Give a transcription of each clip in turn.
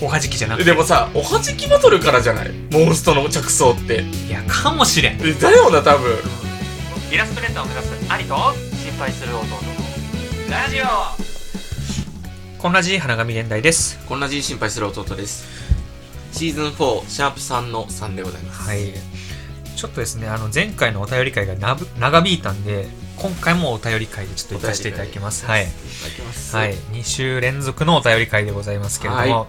おはじきじゃなくてでもさおはじきバトルからじゃないモンストの着想っていやかもしれんえだよな多分イラストレーターを目指す兄と心配する弟のラジオこんなじ花神現代ですこんな人心配する弟ですシーズン4シャープ3の3でございますはいちょっとですねあの前回のお便り会がなぶ長引いたんで今回もお便り会でちょっと行かせていただきますはい、いただきますはい、2週連続のお便り会でございますけれどもは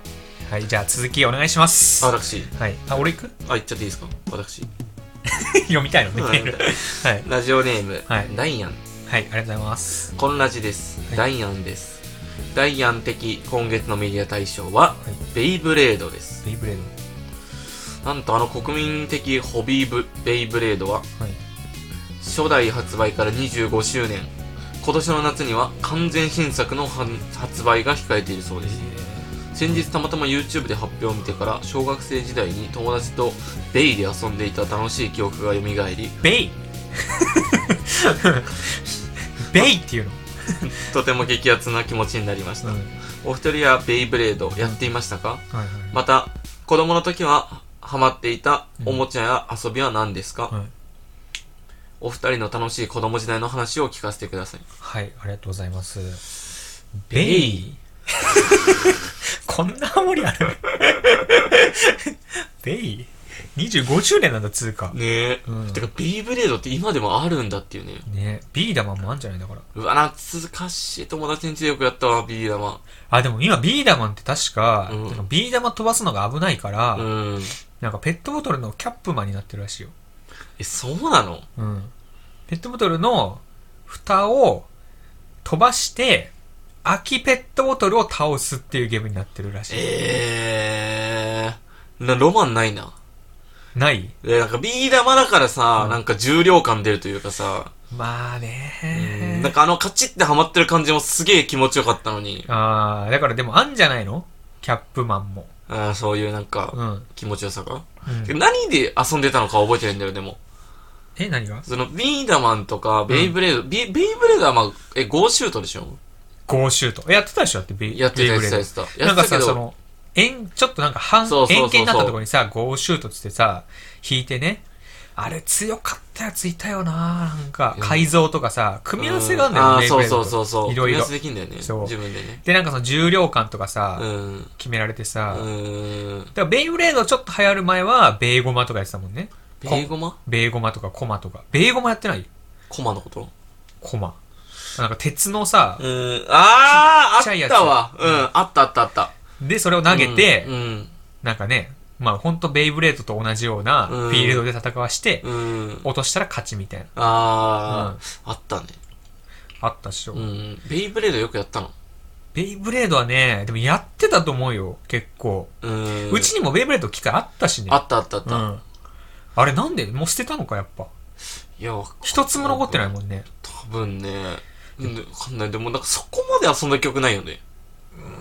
はい、じゃあ続きお願いしますあは私いあ俺行く あ言っちゃっていいですか私読みたいのねうんメール はい ラジオネーム、はいダイアンはいありがとうございますこんラジです、はいダイアンですダイアン的今月のメディア大賞は、いベイブレードですベイブレードなんとあの国民的ホビーブベイブレードははい初代発売から25周年今年の夏には完全新作の発発売が控えているそうです先日たまたま YouTube で発表を見てから小学生時代に友達とベイで遊んでいた楽しい記憶が蘇りベイベイっていうの、とても激アツな気持ちになりました、うんお二人はベイブレードやっていましたか、はいはまた子供の時はハマっていたおもちゃや遊びは何ですか、いはいお二人の楽しい子供時代の話を聞かせてくださいはい、ありがとうございます。ベイ こんなハモリある ベイ ?25 周年なんだ、つうか。ねえ、うんてかベイブレードって今でもあるんだっていうねねビー玉もあんじゃないだから。うわ懐かしい友達んちでよくやったわビー玉あ、でも今ビー玉って確か、うんなんかビー玉飛ばすのが危ないから、うんなんかペットボトルのキャップマンになってるらしいよ。えそうなのうん。ペットボトルの蓋を飛ばして、空きペットボトルを倒すっていうゲームになってるらしい。ええなロマンないなないえなんかビー玉だからさ、うんなんか重量感出るというかさ、まあうんねなんかあのカチッてハマってる感じもすげえ気持ちよかったのにああ、だからでもあんじゃないのキャップマンも。あーそういうなんかうん。うん気持ちよさが、何で遊んでたのか覚えてないんだよ、でも。え、何がその、ビーダマンとか、ベイブレード、ビベイブレードはまあ、え、ゴーシュートでしょゴーシュート。えやってたでしょだってビやってたやビつーやブっレてた。ードなやんっかてたさ、けそど、の、円、ちょっとなんか半、そうそうそうそう円形になったところにさ、ゴーシュートっつってさ、引いてね。あれ強かったやついたよななんか、うん改造とかさ、組み合わせがあるんだうよあねー、。ベイブそレーうドそとうそうそう。いろい組み合ろわ。せできんだよね。そう自分でね。で、なんかその重量感とかうさ、ん。う決められてさ、だかーん。らベイブレードちょっと流行る前は、ベイゴマとかやってたもんね。ベイゴマベイゴマとかコマとか。ベイゴマやってないコマのことコマ。なんか鉄のさう、ーん。あちっちゃーいあやっつたわ。う。うんあったあったあった。で、それを投げて、うん。なんかね、まあほんとベイブレードと同じようなフうんィールドで戦わして、うん。うん落としたら勝ちみたいな。あー、あったね。あったっしょ。うん。ベイブレードよくやったの。ベイブレードはね、でもやってたと思うよ、結構。うーん。うちにもベイブレード機械あったしね。あったあったあっうた。ん。あれなんでもう捨てたのか、やっぱ。いや、わかんない一つも残ってないもんね。多分ね、うんわかんない。でもなんかそこまで遊んだ記憶ないよね。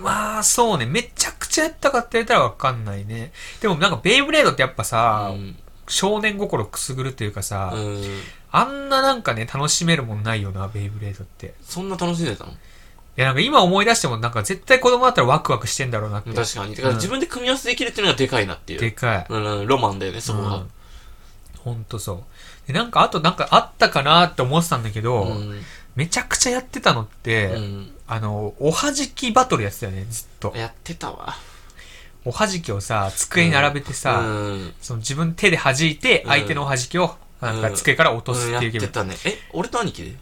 まあ、そうね。めちゃくちゃやったかって言ったらわかんないね。でもなんかベイブレードってやっぱさ、うん。少年心くすぐるというかさ、うんあんななんかね、楽しめるもんないよな、ベイブレードって。いそんな楽しんでたのや、なんか今思い出しても、なんか絶対子供だったらワクワクしてんだろうなって。確かに。だからうん自分で組み合わせできるっていうのがでかいなっていでう。かい。うんうん、ロマンだよね、そこが。ほんとそう。で、なんかあとなんかあったかなって思ってたんだけど、うん。めちゃくちゃやってたのって、うんあの、おはじきバトルやってたよね、ずっと。やってたわ。おはじきをさ、机に並べてさ、うん。その自分手で弾いて、うん相手のおはじきを、なんか机から落とすうんっやていっうゲてーたね。え、俺と兄貴で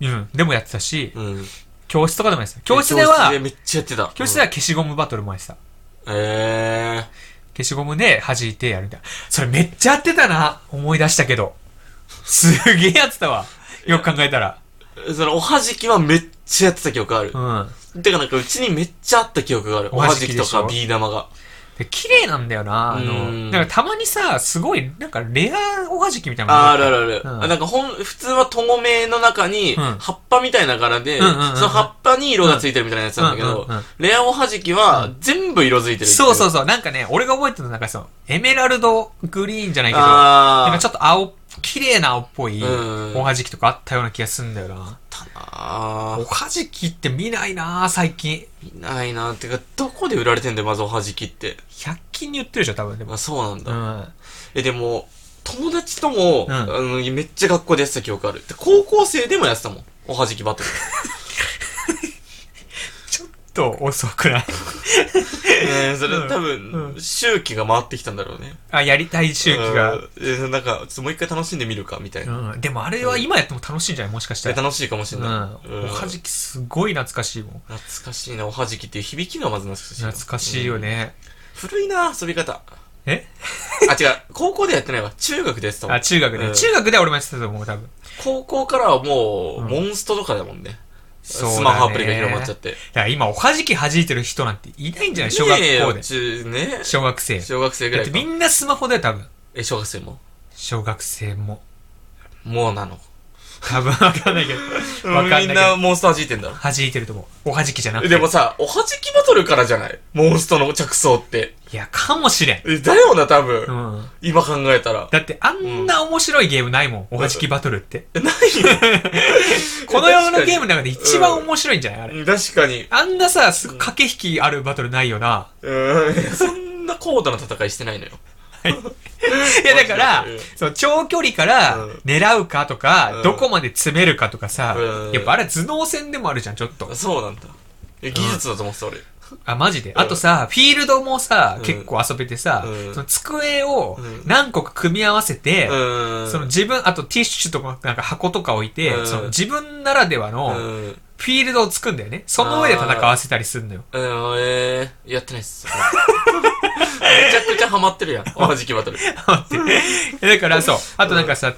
ム。うん。でもやってたし、うん。教室とかでもやってた。教室で教は室で、めっちゃやってた。教室では消しゴムバトルもやってた。うんえ消しゴムで弾いてやるんだ。それめっちゃやってたな思い出したけど。すげえやってたわ。よく考えたら。ー。その、おはじきはめっちゃやってた記憶あるう。ん。てかなんかうちにめっちゃあった記憶がある。おおははじじききとでしょかビー玉が。で綺麗なんだよなあうの、んなんかたまにさ、すごい、なんかレアおはじきみたいなのがああるあるある。うんあなんかほん、普通はトゴメの中に、うん葉っぱみたいな柄で、うんうんうんうんその葉っぱに色がついてるみたいなやつなんだけうど、んうんうんレアオハジキは全部色づいてる。。そうそううそう。なんかね、俺が覚えてるのなんかその、エメラルドグリーンじゃないけど、なんあかあちょっと青っ綺麗な青っぽい、うんおはじきとかあったような気がすんだよな。あおはじきって見ないな最近。ー、いないな。てか、どこで売られてんだよ、まずおはじきって。 100均に売ってるでしょ、多分でもあ、。そうなんうだ。ん。え、でも、友達とも、うんあの、めっちゃ学校でやってた記憶ある。で高校生でもやってたもん。おはじきバト ル。ちょっと遅く ないね え、それうん多分、うん周期が回ってきたんだろうね。あ、やりたい周期が。うん。えなんか、ちょっともう一回楽しんでみるか、みたいな。うん。でもあれは今やっても楽しいんじゃないもしかしたえら。楽しいかもしうれん。ない。うんおはじきすごい懐かしいもん。懐かしいな、おはじきっていう響きがまず懐かしい。懐かしいようん。ね。古いな、遊び方。えあ、違う。高校でやってないわ。中学でやってたもあ、ん。中学うね。ん中学では俺もやってたと思う、多分。高校からはもう、うんモンストとかだもんね。そうだねスマホアプリが広まっちゃって。だから今、おはじき弾いてる人なんていないんじゃない小学ねえ校よで。中ね。小学生。小学生ぐだらっいてかみ。んなスマホだよ、多分。え、小学生も。小学生も。もうなの。多分わかんないけど。わかんないみけんなど。モンスト弾いてんだろ。弾いてると思う。おはじきじゃなくて。でもさ、おはじきバトルからじゃないモンストの着想って。いや、かもしれん。えだよな、多う分。ん。今考えたら。だって、あんな面白いゲームないもん。おはじきバトルって。えないよ。 この世のゲームの中で一番面白いんじゃないあれ。うん確かに。あんなさ、すごい駆け引きあるバトルないよな。うん。そんな高度な戦いしてないのよ。いや、だからうん、そう、長距離からうん狙うかとか、うんどこまで詰めるかとかさうん、やっぱあれ頭脳戦でもあるじゃん、ちょっと。 そうなんだ。え、技術だと思ってた、俺。あ、マジで。あとさ、フィールドもさう、ん結構遊べてさう、んその机をうん何個か組み合わせて、うん。その自分、あとティッシュとか、なんか箱とか置いてう、んその自分ならではうのん。フィールドを作るんだよね。その上で戦わせたりするのよ。うん、えー、やってないっす。めちゃくちゃハマってる やん。おはじきバトル。待って。だから、そう。あとなんかさ、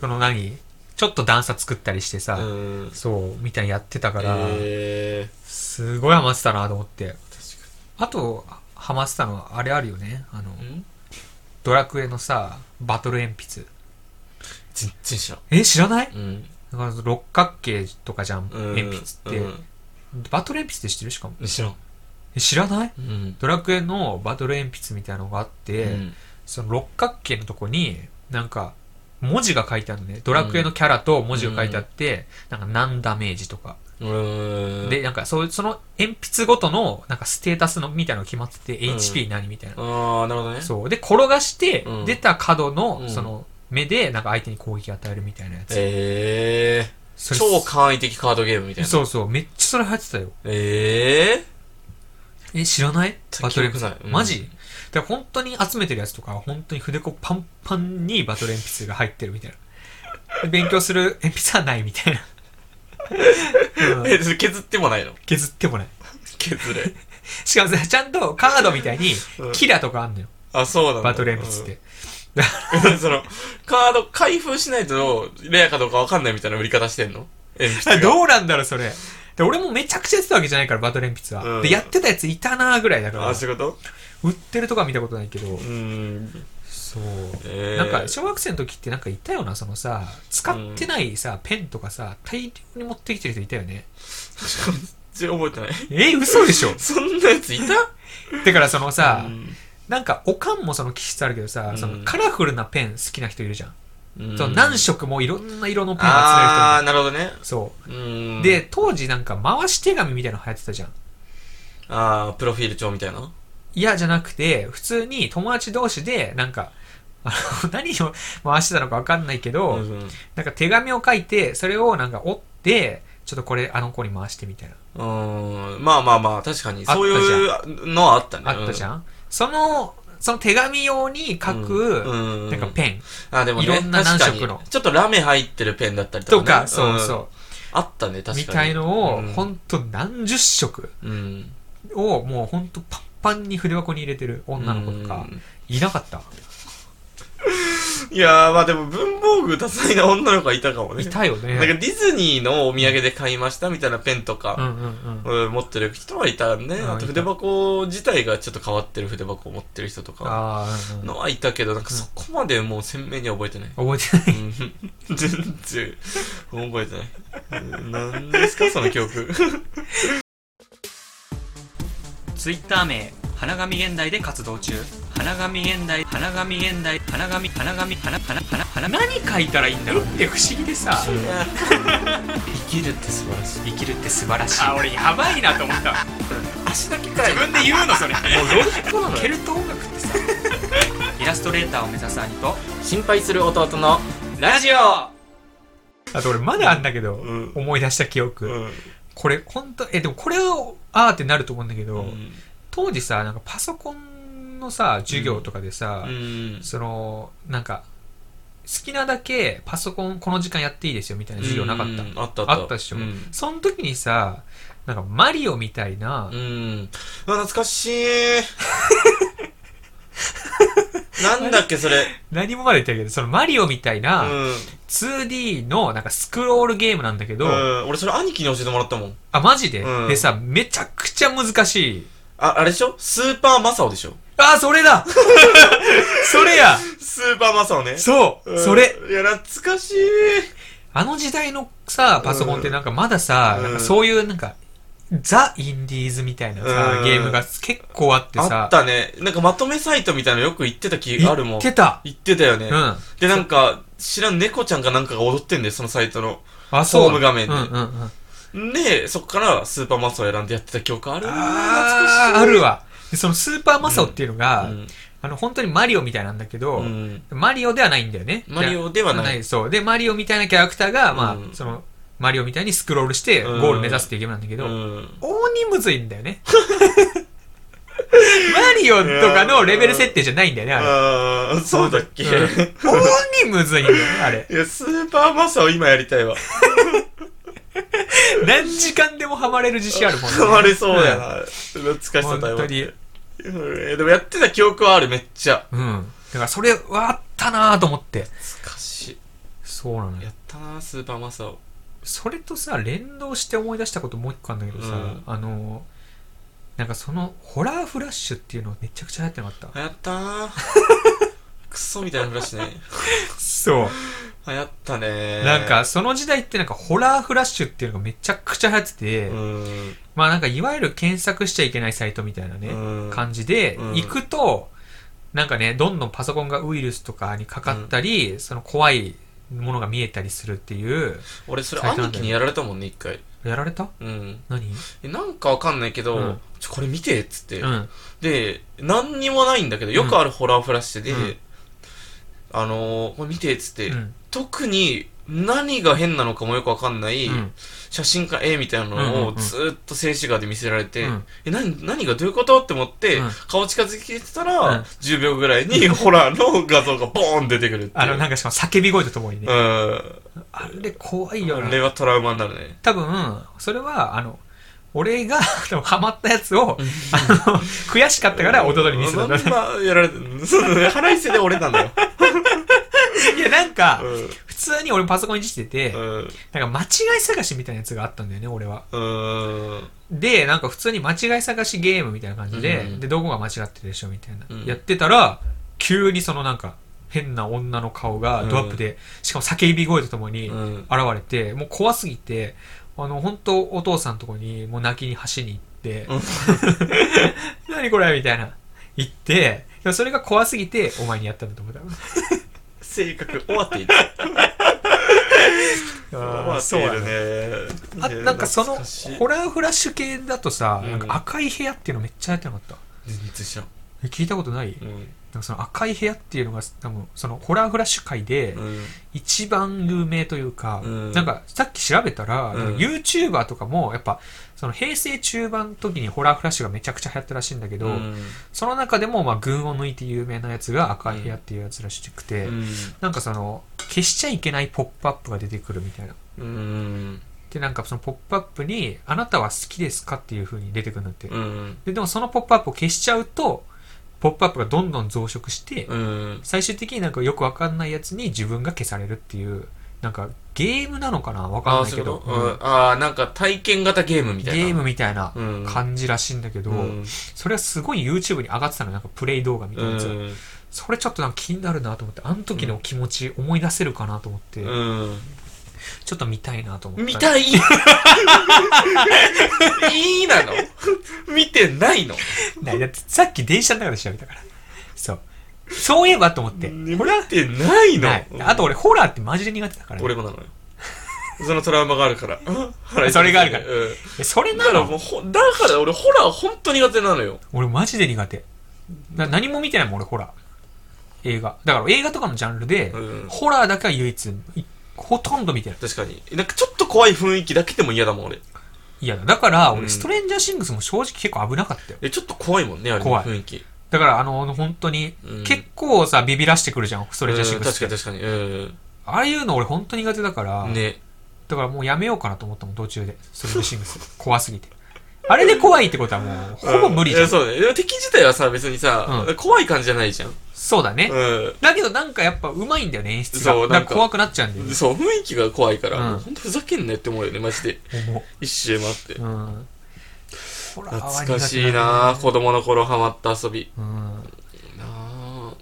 この何ちょっと段差作ったりしてうさ、ん。そう、みたいにやってたから、えすごいハマってたなと思って。ー、確あと、ハマってたのは、あれあるよね。あのか、に。んドラクエのさ、バトル鉛筆。全然知らん。え、知らないうん。なんか六角形とかじゃん、うん鉛筆って。バトル鉛筆って知ってるしかも。うん。知らん。え知らないうん。ドラクエのバトル鉛筆みたいなのがあって、うんその六角形のとこに、なんか、文字が書いてあるのね。ドラクエのキャラと文字が書いてあって、なんか何ダメージとか。うん。で、、なんかそう、その鉛筆ごとの、なんかステータスのみたいなのが決まってて、うん HP 何みたいな。あー、なるほどね。そう。で、転がしてう、ん出た角うの、んその、目で、なんか相手に攻撃与えるみたいなやつ。えそー、れ超簡易的カードゲームみたいな。そうそう。めっちゃそれ流行ってたよ。ええ、知らないー、バトル鉛筆。記憶ない。うんマジだから本当に集めてるやつとかは本当に筆子パンパンにバトル鉛筆が入ってるみたいな。で勉強する鉛筆はないみ たいな。うんえ、それ削ってもないの削ってもない。削れ。しかもさ、ちゃんとカードみたいにうんキラとかあんのよ。 あ、そうなんだ。バトル鉛筆って。うん。その、カード開封しないと、レアかどうかわかんないみたいな売り方してんの鉛筆あが。どうなんだろう、それ。で俺もめちゃくちゃやってたわけじゃないから、バトル鉛筆は。うんで、やってたやついたなーぐらいだからあ、、そういうこと売ってるとか見たことないけどう、ん。そう。えー、なんか、小学生の時ってなんかいたよな、そのさ、使ってないさ、ペンとかさ、大量に持ってきてる人いたよね。全然覚えてない。え、嘘でしょ そんなやついただからそのさ、うんなんかおかんもその気質あるけどさ、うんそのカラフルなペン好きな人いるじゃん、うんその何色もいろんな色のペンを集める人いあー、るなるほどね。そう、うん。で、当時なんか回し手紙みたいなの流行ってたじゃんあー、プロフィール帳みたいな。いやじゃなくて普通に友達同士でなんかあの何を 回してたのかわかんないけど、うんなんか手紙を書いてそれをなんか折ってちょっとこれあの子に回してみたいなうん。まあまあまあ、確かあに。ったそうじゃんいうのはあったね。あったじん。ゃん、そのその手紙用に書く、うんなんかペンあ、でもね、いろんな何色の確かにちょっとラメ入ってるペンだったりととか、ね。か、そううんそう、あったね、確かに。みたいのを、うんほんと何十色うん。をもうほんとパンパンに筆箱に入れてる女の子とかうんいなかったいやー、まあでも文房具多彩な女の子がいたかもね。いたよなんかねディズニーのお土産で買いましたみたいなペンとうんか、うんうんうん、持ってる人はいたね。うんあと筆箱自体がちょっと変わってる筆箱を持ってる人とかああ、うんうんのはいたけど、なんかそこまでもう鮮明には覚えてない。覚えてないうん 全然覚えてない。うん何ですかその記憶。ツイッター名花神現代で活動中花紙現代花紙現代花紙花紙花花花花紙何書いたらいいんだろうって不思議でさ生きるって素晴らしい生きるって素晴らしいあ俺やばいなと思った足だけか自分で言うのそれケルト音楽ってさイラストレーターを目指す兄と心配する弟のラジオあと俺まだあんだけど、うん思い出した記憶、うんこれ本当えでもこれをあーってなると思うんだけど、うん当時さなんかパソコンのさ授業とかでさ、うんそのなんか好きなだけパソコンこの時間やっていいですよみたいな授業なかった、うんあったあったあったでしょ、うんその時にさなんかマリオみたいな、うんあ懐かし いなんだっけそれ何もまで言ってるけどそのマリオみたいうな、ん 2D のなんかスクロールゲームなんだけど、うん俺それ兄貴に教えてもらったもんあマジで、うんでさめちゃくちゃ難しいああれでしょスーパーマサオでしょあーそれ だそれやスーパーマサオねそう、それいや懐かしいあの時代のさ、パソコンってなんかまださ、うんなんかそういうなんか、ザ・インディーズみたいなさ、うんゲームが結構あってさ、あったね。なんかまとめサイトみたいなのよく言ってた気ある言もん。ってた。言ってたよね。うん。で、なんか、知らん猫ちゃんかなんかが踊ってんだよ、そのサイトの。あ、そう。ホーム画面でうんうんうん。で、そっからスーパーマスを選んでやってた記憶あるあー、あるわ。で、そのスーパーマサオっていうのが、懐かしいあの、本当にマリオみたいなんだけど、うん。うん。マリオではないんだよね。マリオではないそう。で、マリオみたいなキャラクターが、まあ、うんその、マリオみたいにスクロールして、ゴうんール目指すっていうゲームなんだけど、うん大にむずいんだよ ね。マリオとかのレベル設定じゃないんだよね、あれ。あー、そうだっけ、うん大にむずいんだよね、あれ。いや、スーパーマサを今やりたいわ。何時間でもハマれる自信あるもんね。変わりそうやな。懐かしさだよ。本当に。うんでもやってた記憶はある、めっちゃ。うん。だからそれはあったなぁと思って。懐かしそうなのい。よや。ったな、スーパーマサを。それとさ、連動して思い出したこともう一個あるんだけどさ、うんあの、なんかその、ホラーフラッシュっていうのめちゃくちゃ流行ってなかっ 流行ったなクソみたいな話ねた。そう。流行ったね なんか、その時代ってなんかホラーフラッシュっていうのがめちゃくちゃ流行ってて、うんまあなんかいわゆる検索しちゃいけないサイトみたいなね、うん感じで、うん行くと、なんかね、どんどんパソコンがウイルスとかにかかったり、その怖いものが見えたりするっていう、俺それ最近なん兄だよ貴にやられたもんね一回やられたうん何えなんかわかんないけど、うんちょこれ見てっつって、うん。で何にもないんだけどよくあるホラーフラッシュで、うんあのー、これ見てっつって、うん。特に何が変なのかもよくわかんない、うん写真か絵みたいなのうんうんうをんずーっと静止画で見せられて、うんえ何何がどういうことって思って、うん顔近づけてたうら、ん10秒ぐらいに ホラーの画像がボーン出てくるっていうあの、なんかしかも叫び声とともにうね、んあれ怖いよあれな。はトラウマになるね多分、それは、あの、俺が多分ハマったやつを、あの、悔しかったから弟に見せたんだね。まんまやられてそうだね腹いせで俺なんだ よ、いや、なんかう、ん普通に俺パソコンいじってて、うんなんか間違い探しみたいなやつがあったんだよね、俺は。うんで、なんか普通に間違い探しゲームみたいな感じで、うんで、どこが間違ってるでしょみたいな、うんやってたら、急にそのなんか、変な女の顔がドアップで、しかも叫び声とともにう現んれて、もう怖すぎて、あの、本当お父さんとこに、もう泣きに走りに行って、うん何これみたいな。行って、でもそれが怖すぎて、お前にやったんだと思った。性格終わっている終わってそういやるね。ねあ、なんかその、懐しいホラーフラッシュ系だとさ、うんなんか赤い部屋っていうのめっちゃやってなかった。全然知らんえ聞いたことない、なんかその赤い部屋っていうのが多分そのホラーフラッシュ界でうん一番有名というか、うんなんかさっき調べたら、うんなんか YouTuber とかもやっぱその平成中盤の時にホラーフラッシュがめちゃくちゃ流行ったらしいんだけど、うんその中でもまあ群を抜いて有名なやつが赤い部屋っていうやつらしくて、なんかその消しちゃいけないポップアップが出てくるみたいな。うんうんでなんかそのポップアップに「あなたは好きですか?」っていう風に出てくるんだって、うんででもそのポップアップを消しちゃうとポップアップがどんどん増殖して、うん最終的になんかよくわかんないやつに自分が消されるっていうなんかゲームなのかなわかあんあないそういけうこどとうんああなんか体験型ゲームみゲたいなームみたいなうん感じらしいんだけど、うんそれはすごい YouTube に上がってたのなんかプレイ動画みたいなやつ、うんそれちょっとなんか気になるなと思ってあの時の気持ち思い出せるかなと思って、うんちょっと見たいなと思って見たい いいなの見てないのないだってさっき電車の中で調べたからそう。そういえばと思って。眠ってないのない。あと俺、ホラーってマジで苦手だから、俺もなのよそのトラウマがあるから腹痛いそれがあるからうんえそれだかならのもうほだから俺ホラー本当苦手なのよ俺マジで苦手。な何も見てないもん、俺、ホラー。映画。だから映画とかのジャンルで、うんホラーだけは唯一、いほとんど見てない。確かになんかちょっと怖い雰囲気だけでも嫌だもん俺いや、だから、う俺、んストレンジャーシングスも正直結構危なかったよ。えちょっと怖いもんねあれの怖い雰囲気だから、あの、本当にうん、結構さ、ビビらしてくるじゃん、ストそレンジャーシン確グかスっにて。確かにうんああいうの俺本当苦手だから、ねだからもうやめようかなと思ったもん、途中で。ストレンジャーシングス。 怖すぎて。あれで怖いってことはもう、ほぼ無理じゃ。うんそうねでも敵自体はさ別にさう怖い感じじゃないじゃんそうだね。うだけどなんかやっぱ上手いんだよね、演出が。そだうからなんか怖くなっちゃうんだよんね。そう雰囲気が怖いからうんもうほんとふざけんなよって思うよねマジで思一周回ってう。うん。ホラーは苦手懐かしいなあ子供の頃ハマった遊びうん。なあ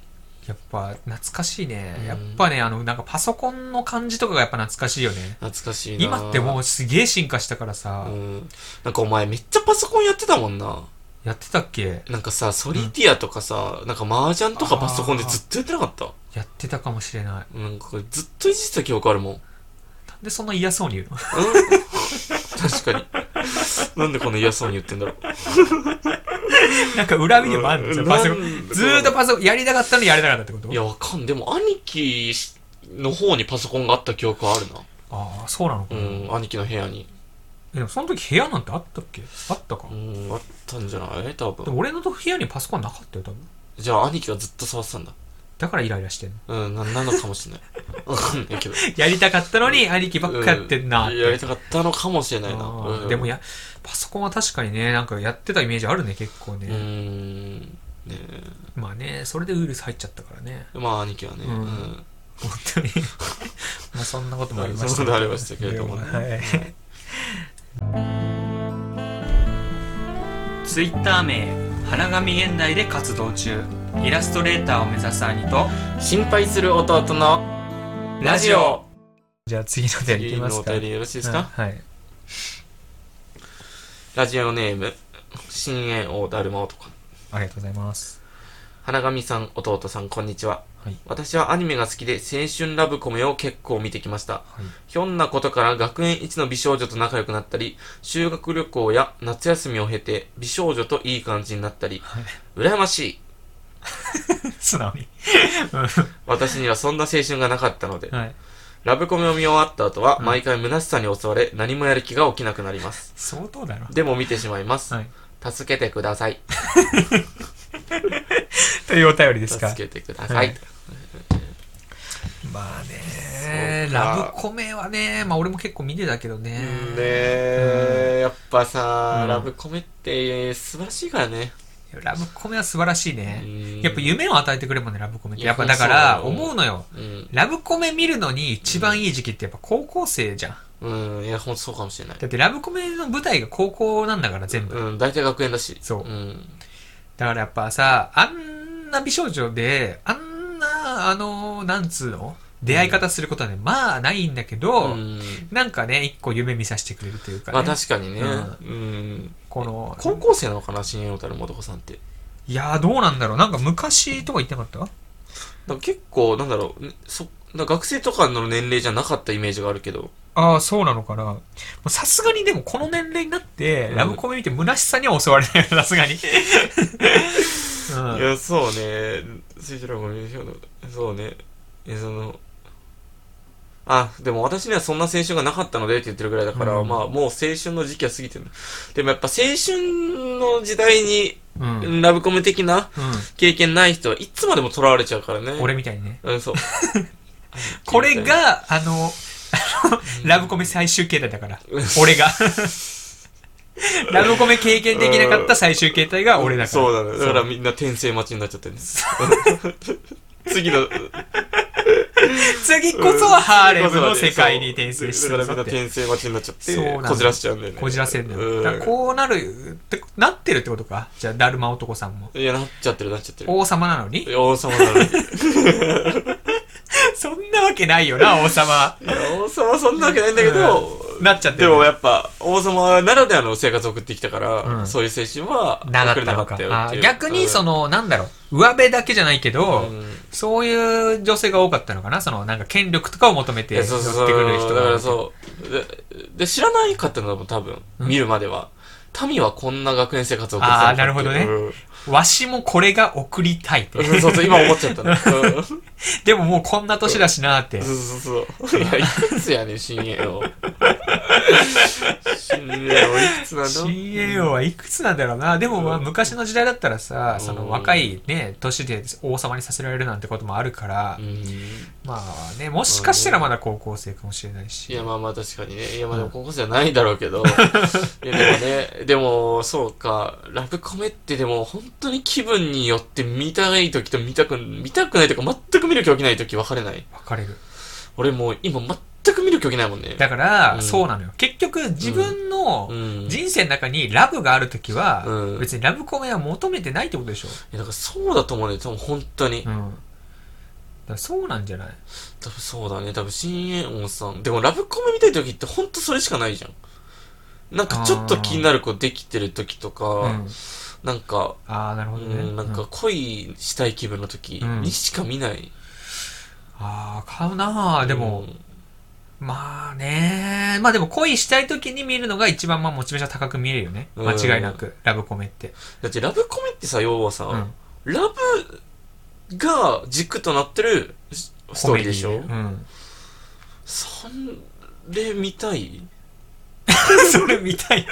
やっぱ懐かしいねう。んやっぱね、あの、なんかパソコンの感じとかがやっぱ懐かしいよね。懐かしいなあ今ってもうすげえ進化したからさう、んなんかお前めっちゃパソコンやってたもんなやってたっけなんかさソリティアとかさ、なんか麻雀とかパソコンでずっとやってなかったやってたかもしれない。なんかずっといじってた記憶あるもん、うん、なんでそんな嫌そうに言うの 確かになんでこんな嫌そうに言ってんだろうなんか恨みでもあるうのんパソコンなん。だずーっとパソコン、やりたかったのにやれなかったってこといやわかんでも兄貴の方にパソコンがあった記憶はあるなああ、そうなのかうな。え、ん兄貴の部屋にでもその時部屋なんてあったっけあったかう。んあったんじゃない多で分も俺の部屋にパソコンなかったよ、多分。じゃあ兄貴がずっと触ってたんだだからイライラしてんの。 うんななのかもしれないわかんないけどやりたかったのに兄貴ばっかやってんなっうて。んやりたかったのかもしれないな、あうーんでもや、パソコンは確かにね、なんかやってたイメージあるね、結構うーね。んねえまあね、それでウイルス入っちゃったからね。まあ兄貴はね、うんうん本当 に。まあそんなこともありましたそんなことありましたけれどもはい。ツイッター名花神現代で活動中イラストレーターを目指す兄と心配する弟のラジオじゃあ次のお便りいき次まのすおか。便りよろしいですか、はい。ラジオネーム新栄王だるま男ありがとうございます。花神さん弟さんこんにちは、はい私はアニメが好きで青春ラブコメを結構見てきましたは い。ひょんなことから学園一の美少女と仲良くなったり修学旅行や夏休みを経て美少女といい感じになったりはい、羨ましい素直に。私にはそんな青春がなかったのではい。ラブコメを見終わった後はうん毎回虚しさに襲われ何もやる気が起きなくなります相当だろ。でも見てしまいますはい。助けてくださいというお便りです助か。けてください、はいまあねそうかラブコメはね、まあ俺も結構見てたけどね。ねえやっぱさ、うんラブコメって素晴らしいからねラブコメは素晴らしいね。うんやっぱ夢を与えてくれるもんね、ラブコメって。いややっぱだから、そうだよ思うのよ。うん、ラブコメ見るのに一番いい時期ってやっぱ高校生じゃん。うん、いやほんとそうかもしれないだってラブコメの舞台が高校なんだから全部。うん大体学園だし、そうんだからやっぱさ、あんな美少女で、あんな、あの、なんつうの出会い方することはね、まあないんだけど、うんなんかね、一個夢見させてくれるというか、ね。まあ確かにね、ううんこの、高校生なのかな新栄太郎もどこさんっていやーどうなんだろう。なんか昔とか言ってなかっなんか結構なんだろうねそなんか学生とかの年齢じゃなかったイメージがあるけどたああ、そうなのかな。もうさすがにでもこの年齢になって、うんラブコメ見て虚しさには襲われないよ、 さすがに。いうんや、そうね。スイッチラゴン見るけどそうね。え、その、あ、でも私にはそんな青春がなかったのでって言ってるぐらいだから、うんまあもう青春の時期は過ぎてる。でもやっぱ青春の時代に、うん。うん。ラブコメ的な経験ない人はいつまでも囚われちゃうからね。俺みたいにね。うん、そう。 これが、あの、あのラブコメ最終形態だから。俺が。ラブコメ経験できなかった最終形態が俺だから。そうだね。だからそうみんな転生待ちになっち ゃってるね。 次の、次こそはハーレムの世界に転生してだるからぞみんなって。転生待ちになっちゃっそうなんて、だこじらしちゃうんだよね。こじらせんだうよ。だからこうなるって、なってるってことか。じゃあ、だるま男さんも。いや、なっちゃってる、なっちゃってる。王様なのに王様だね。 そんなわけないよな、王様。いや、王様はそんなわけないんだけど、なっちゃってでるもやっぱ王様ならではの生活を送ってきたから、うんそういう精神はなかっ送れたのなかったかよっあていーう逆にその、なんだろう上辺だけじゃないけど、うんそういう女性が多かったのかなそのなんか権力とかを求めてい寄やってくそうそうそうる人だからがそうでで知らないかったのだもん多分、うん見るまでは民はこんな学園生活を送ってたのかってあーなるほどねうんわしもこれが送りたいってそうそうそう今思っちゃっ たの、うんそうでももうこんな年だしなーってそうそういやいくつやねん新栄を 新栄をいくつなの CAO はいくつなんだろうなでもまあうん昔の時代だったらさうんその若いね年で王様にさせられるなんてこともあるからうんまあねもしかしたらまだ高校生かもしれないしいやまあまあ確かにねいやまあでも高校生はないだろうけ ど、いやでもねでもそうかラブコメってでも本当に気分によって見たい時と見たく見たくないとか全く見る気起きない時分かれない別れる俺もう今全く見る気起きないもんねだから、うんそうなのよ結局自分うのん、い人生の中にラブがある時は、うん別にラブコメは求めてないってことでしょ、やだからそうだと思うね多分本当うに、ん、だからそうなんじゃない多分そうだね多分新エ音さんでもラブコメ見たい時って本当それしかないじゃんなんかちょっと気になる子できてる時とか、うん、なんかああなるほどね、うん、なんか恋したい気分の時うんにしか見ない。ああ買うなあでも、うんまあねまあでも恋したい時に見るのが一番まあモチベーション高く見えるよねうん間違いなく、ラブコメって、だってラブコメってさ、要はさ、うん、ラブが軸となってるスストーリーでしょ、コメディうん、 それ見たいそれ見たい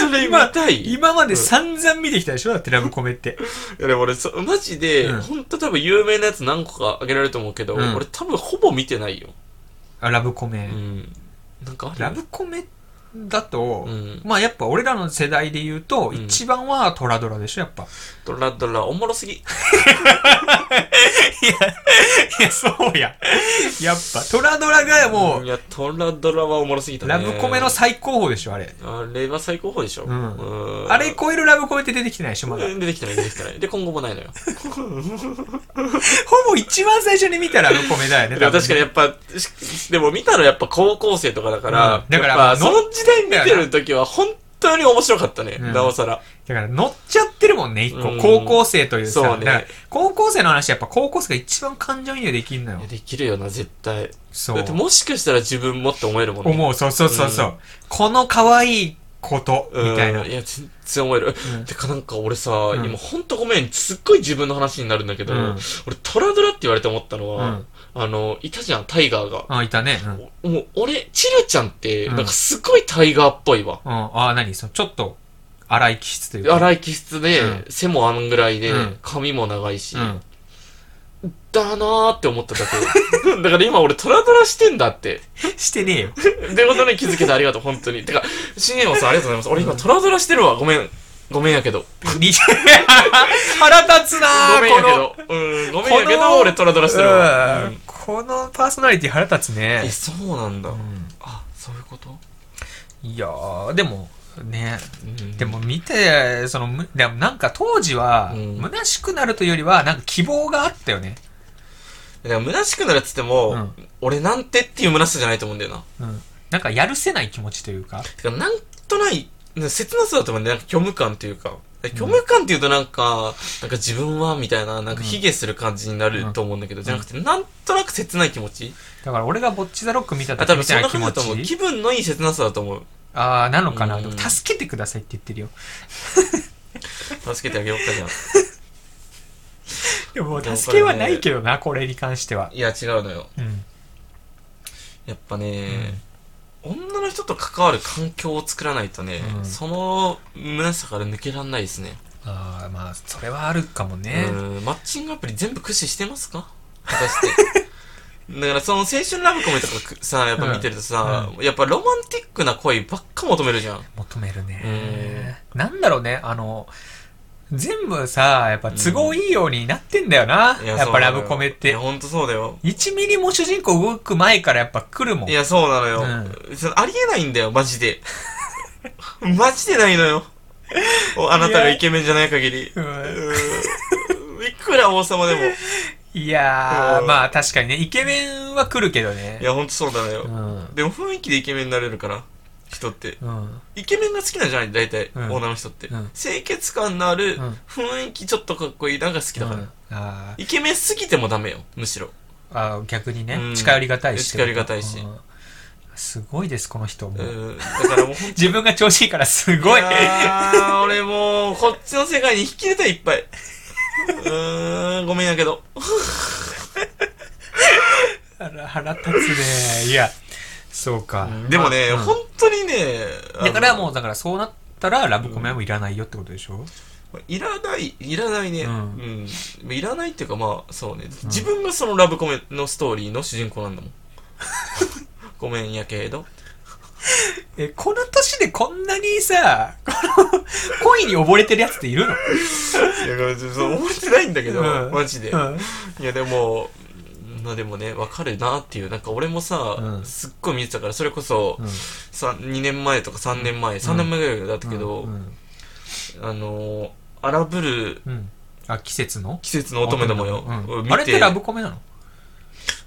それ見今たいい今まで散々見てきたでしょだってラブコメってやでも俺そ、マジで、うんほんと多分有名なやつ何個かあげられると思うけど、うん俺多分ほぼ見てないよ。あラブコメ、うん。なんかあるラブコメだと、うん。まあやっぱ俺らの世代で言うと、うん一番はトラドラでしょやっ ぱ。ドラドラ、おもろすぎ。いや、そうや。やっぱ、トラドラがも、いうや、ドラドラはおもろすぎたね。ラブコメの最高峰でしょあれ。あれは最高峰でしょ、うんうんあれ超えるラブコメって出てきてないでしょま だ。ほ出てきたね、出てきたね。で、今後もな いのよ。ぼ一番最初に見たラブコメだよね。でも確かにに。やっぱ、しでも見たのやっぱ高校生とかだから、うんだからやっぱもそうの時代見てる時は本当に面白かったね、うんなおさら。だから乗っちゃってるもんね、一う個。ん高校生というさ。そうねだから高校生の話、やっぱ高校生が一番感情移入できんのよいや。できるよな、絶対。そだうって。もしかしたら自分もって思えるもんね。思う、そうそうそうそう。この可愛いこと、うんみたいな。いや、全然思える。うんてかなんか俺さ、ん今ほんとごめん、すっごい自分の話になるんだけど、うん俺トラドラって言われて思ったのは、うんあの、いたじゃん、タイガーが。あ、いたね。うん。うん。おもう俺、チルちゃんって、うんなんかすごいタイガーっぽいわ。あ、何そのちょっと、荒い気質というか。荒い気質で、うん背もあんぐらいで、うん髪も長いし、うん。 だなーって思っただけ。 だから今俺トラドラしてんだって。してねえよ。 ってことに気づけてありがとう、本当に。てか、新年もさんありがとうございます。俺今トラドラしてるわ、ごめん。ごめんやけど。に腹立つなごめんやけーど。うん、ごこめんやけこのど、俺トラドラしてるわ。ううんんこのパーソナリティ腹立つねえ、、そうなんだ。うんあ、そういうこといやーでもねで、も見てそのむでもなんか当時はうん虚しくなるというよりはなんか希望があったよね、だから虚しくなるっつっても、うん俺なんてっていう虚しさじゃないと思うんだよな。うん、なんかやるせない気持ちというかてか、なんとない、な切なさだと思うんだよなんか虚無感というか。虚無感っていうとなんか、なんか自分はみたいな、なんか卑下する感じになると思うんだけど、じゃなくて、なんとなく切ない気持ち。だから俺がボッチ・ザ・ロック見たあ、多時分みそたんいなな気感じだ持と思う。ち気分のいい切なさだと思う。ああなのかな、うんでも助けてくださいって言ってるよ助けてあげようかじゃん。でももうでもこれね助けはないけどなこれに関してはいや、違うのよ。うんやっぱね、女の人と関わる環境を作らないとね、うんその虚しさから抜けられないですね。ああまあそれはあるかもね、うんマッチングアプリ全部駆使してますか果たして。だからその青春ラブコメとかくさ、やっぱ見てるとさ、やっぱロマンティックな恋ばっか求めるじゃん。求めるね。なんだろうね、あの、全部さ、やっぱ都合いいようになってんだよな。いやっそぱうなのラよブコメっいてや、。ほんとそうだよ。 1ミリも主人公動く前からやっぱ来るもん。いや、そうなのよ。うそのありえないんだよ、マジで。 マジでないのよ。おあなたがイケメンじゃない限り。ううんんいくら王様でも。いやー、うんまあ確かにね、イケメンは来るけどねい。や、ほんとそうなのよ。うんでも雰囲気でイケメンになれるから。人ってうん。イケメンが好きなんじゃない大体、うん女の人って、うん清潔感のある、うん雰囲気ちょっとかっこいいなんか好きだから、うんあーイケメンすぎてもダメよむしろあー、逆にうね、ん近寄りがたいし。近寄りがたいしうん。すごいです、この人もうう。んだからも うす自分が調子いいからすごい。やー俺もうこっちの世界に引き入れたいっぱいうーんごめんやけどあら腹立つね。いや、そうか。でもね、まあうん本当にねあのだからもう、だからそうなったらラブコメはもういらないよってことでしょいらないいらないね、ううんいらないっていうかまあそうね、自分がそのラブコメのストーリーの主人公なんだ もんごめんやけどえ、この年でこんなにさ、この、 恋に溺れてるやつっているのいやそう思ってないんだけど、うんマジで、うん。いやでもまあでもねわかるなっていうなんか俺もさ、うんすっごい見てたからそれこそ、うんさ2年前とか3年前、3年前ぐらいだったけど、うん。あのー荒ぶるうん。あ、季節の季節の乙女どもよ、うんを見あれってラブコメなの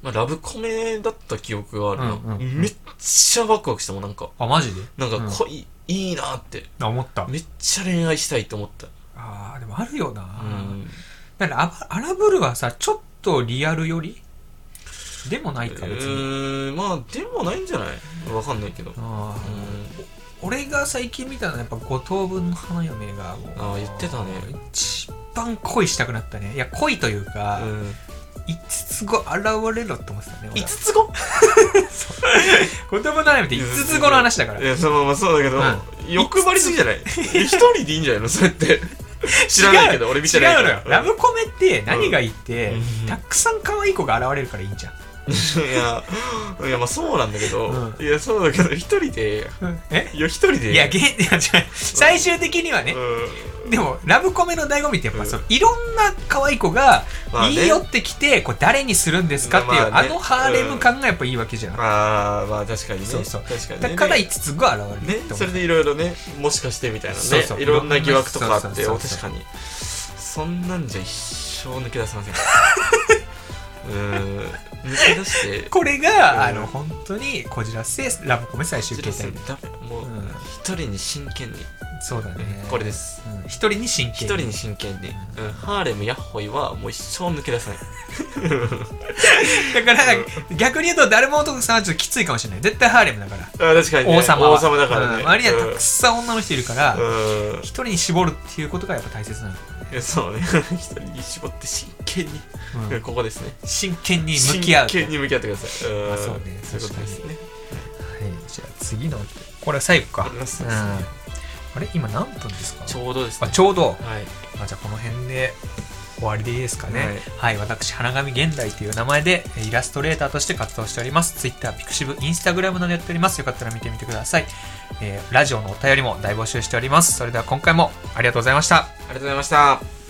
まあ、ラブコメだった記憶があるな、うんうんめっちゃワクワクしたもんなんかあ、マジでなんかうん恋、いいなってあ思った。めっちゃ恋愛したいと思ったああ、でもあるよな。うんだからあば、アラブルはさ、ちょっとリアルよりでもなういか、別に。ーんまあでもないんじゃないわかんないけど、うん、あー俺が最近見たのはやっぱ五等分の花嫁がもうあー言ってたね一番恋したくなったねいや恋というか、うん五つ子現れろって思ってたね俺五はつ子五等分の花嫁って五つ子の話だからいや、そのまあそうだけど、うん欲張りすぎじゃない一人でいいんじゃないのそ れって。知らないけど、俺見てないか違うのら。よラブコメって何がいいって、うんたくさん可愛い子が現れるからいいんじゃん、うんいや、いや、まあそうなんだけど、ういや、そうだけど、一人で、えいや、一人で。いやげいや違う最終的にはねう、んでもラブコメの醍醐味ってやっぱ、うんそのいろんな可愛い子が、まあねいいよってきてこれ誰にするんですかっていう、まああねのハーレム感がやっぱいいわけじゃん、まあ、まあ確かにね。そうそう確かにね。だからね、 5つが現れるって思それうでいろいろね、もしかしてみたいなね。そうそういろんな疑惑とかあって、そうそうそうそう確かに。そんなんじゃ一生抜け出せま せんからうん。抜け出して、これが、うんあの本当にこじらせラブコメ最終形態ダメもううん一人に真剣に、そうだねこれですうん一人に真剣一人に真剣に、うんハーレムヤッホイはもう一生抜け出さないだから、逆に言うと誰も男さんはちょっときついかもしれない絶対ハーレムだからあ確かに、ね、王様は王様だからね、うん周りにはたくさん女の人いるから、うん、一人に絞るっていうことがやっぱ大切なの、うんそうね 一人に絞って真剣に、うんここですね真剣に向き合う真剣に向き合ってくださいうんあそうねそういうことですねはい、じゃあ次のこれは最後か、これはそううんですねあれ今何分ですかちょうどですあねちょうど、はいまあ、じゃあこの辺で終わりでいいですかねははいい、私花神現代という名前でえーイラストレーターとして活動しております Twitter、Pixiv、Instagram などやっておりますよかったら見てみてください、えーラジオのお便りも大募集しておりますそれでは今回もありがとうございましたありがとうございました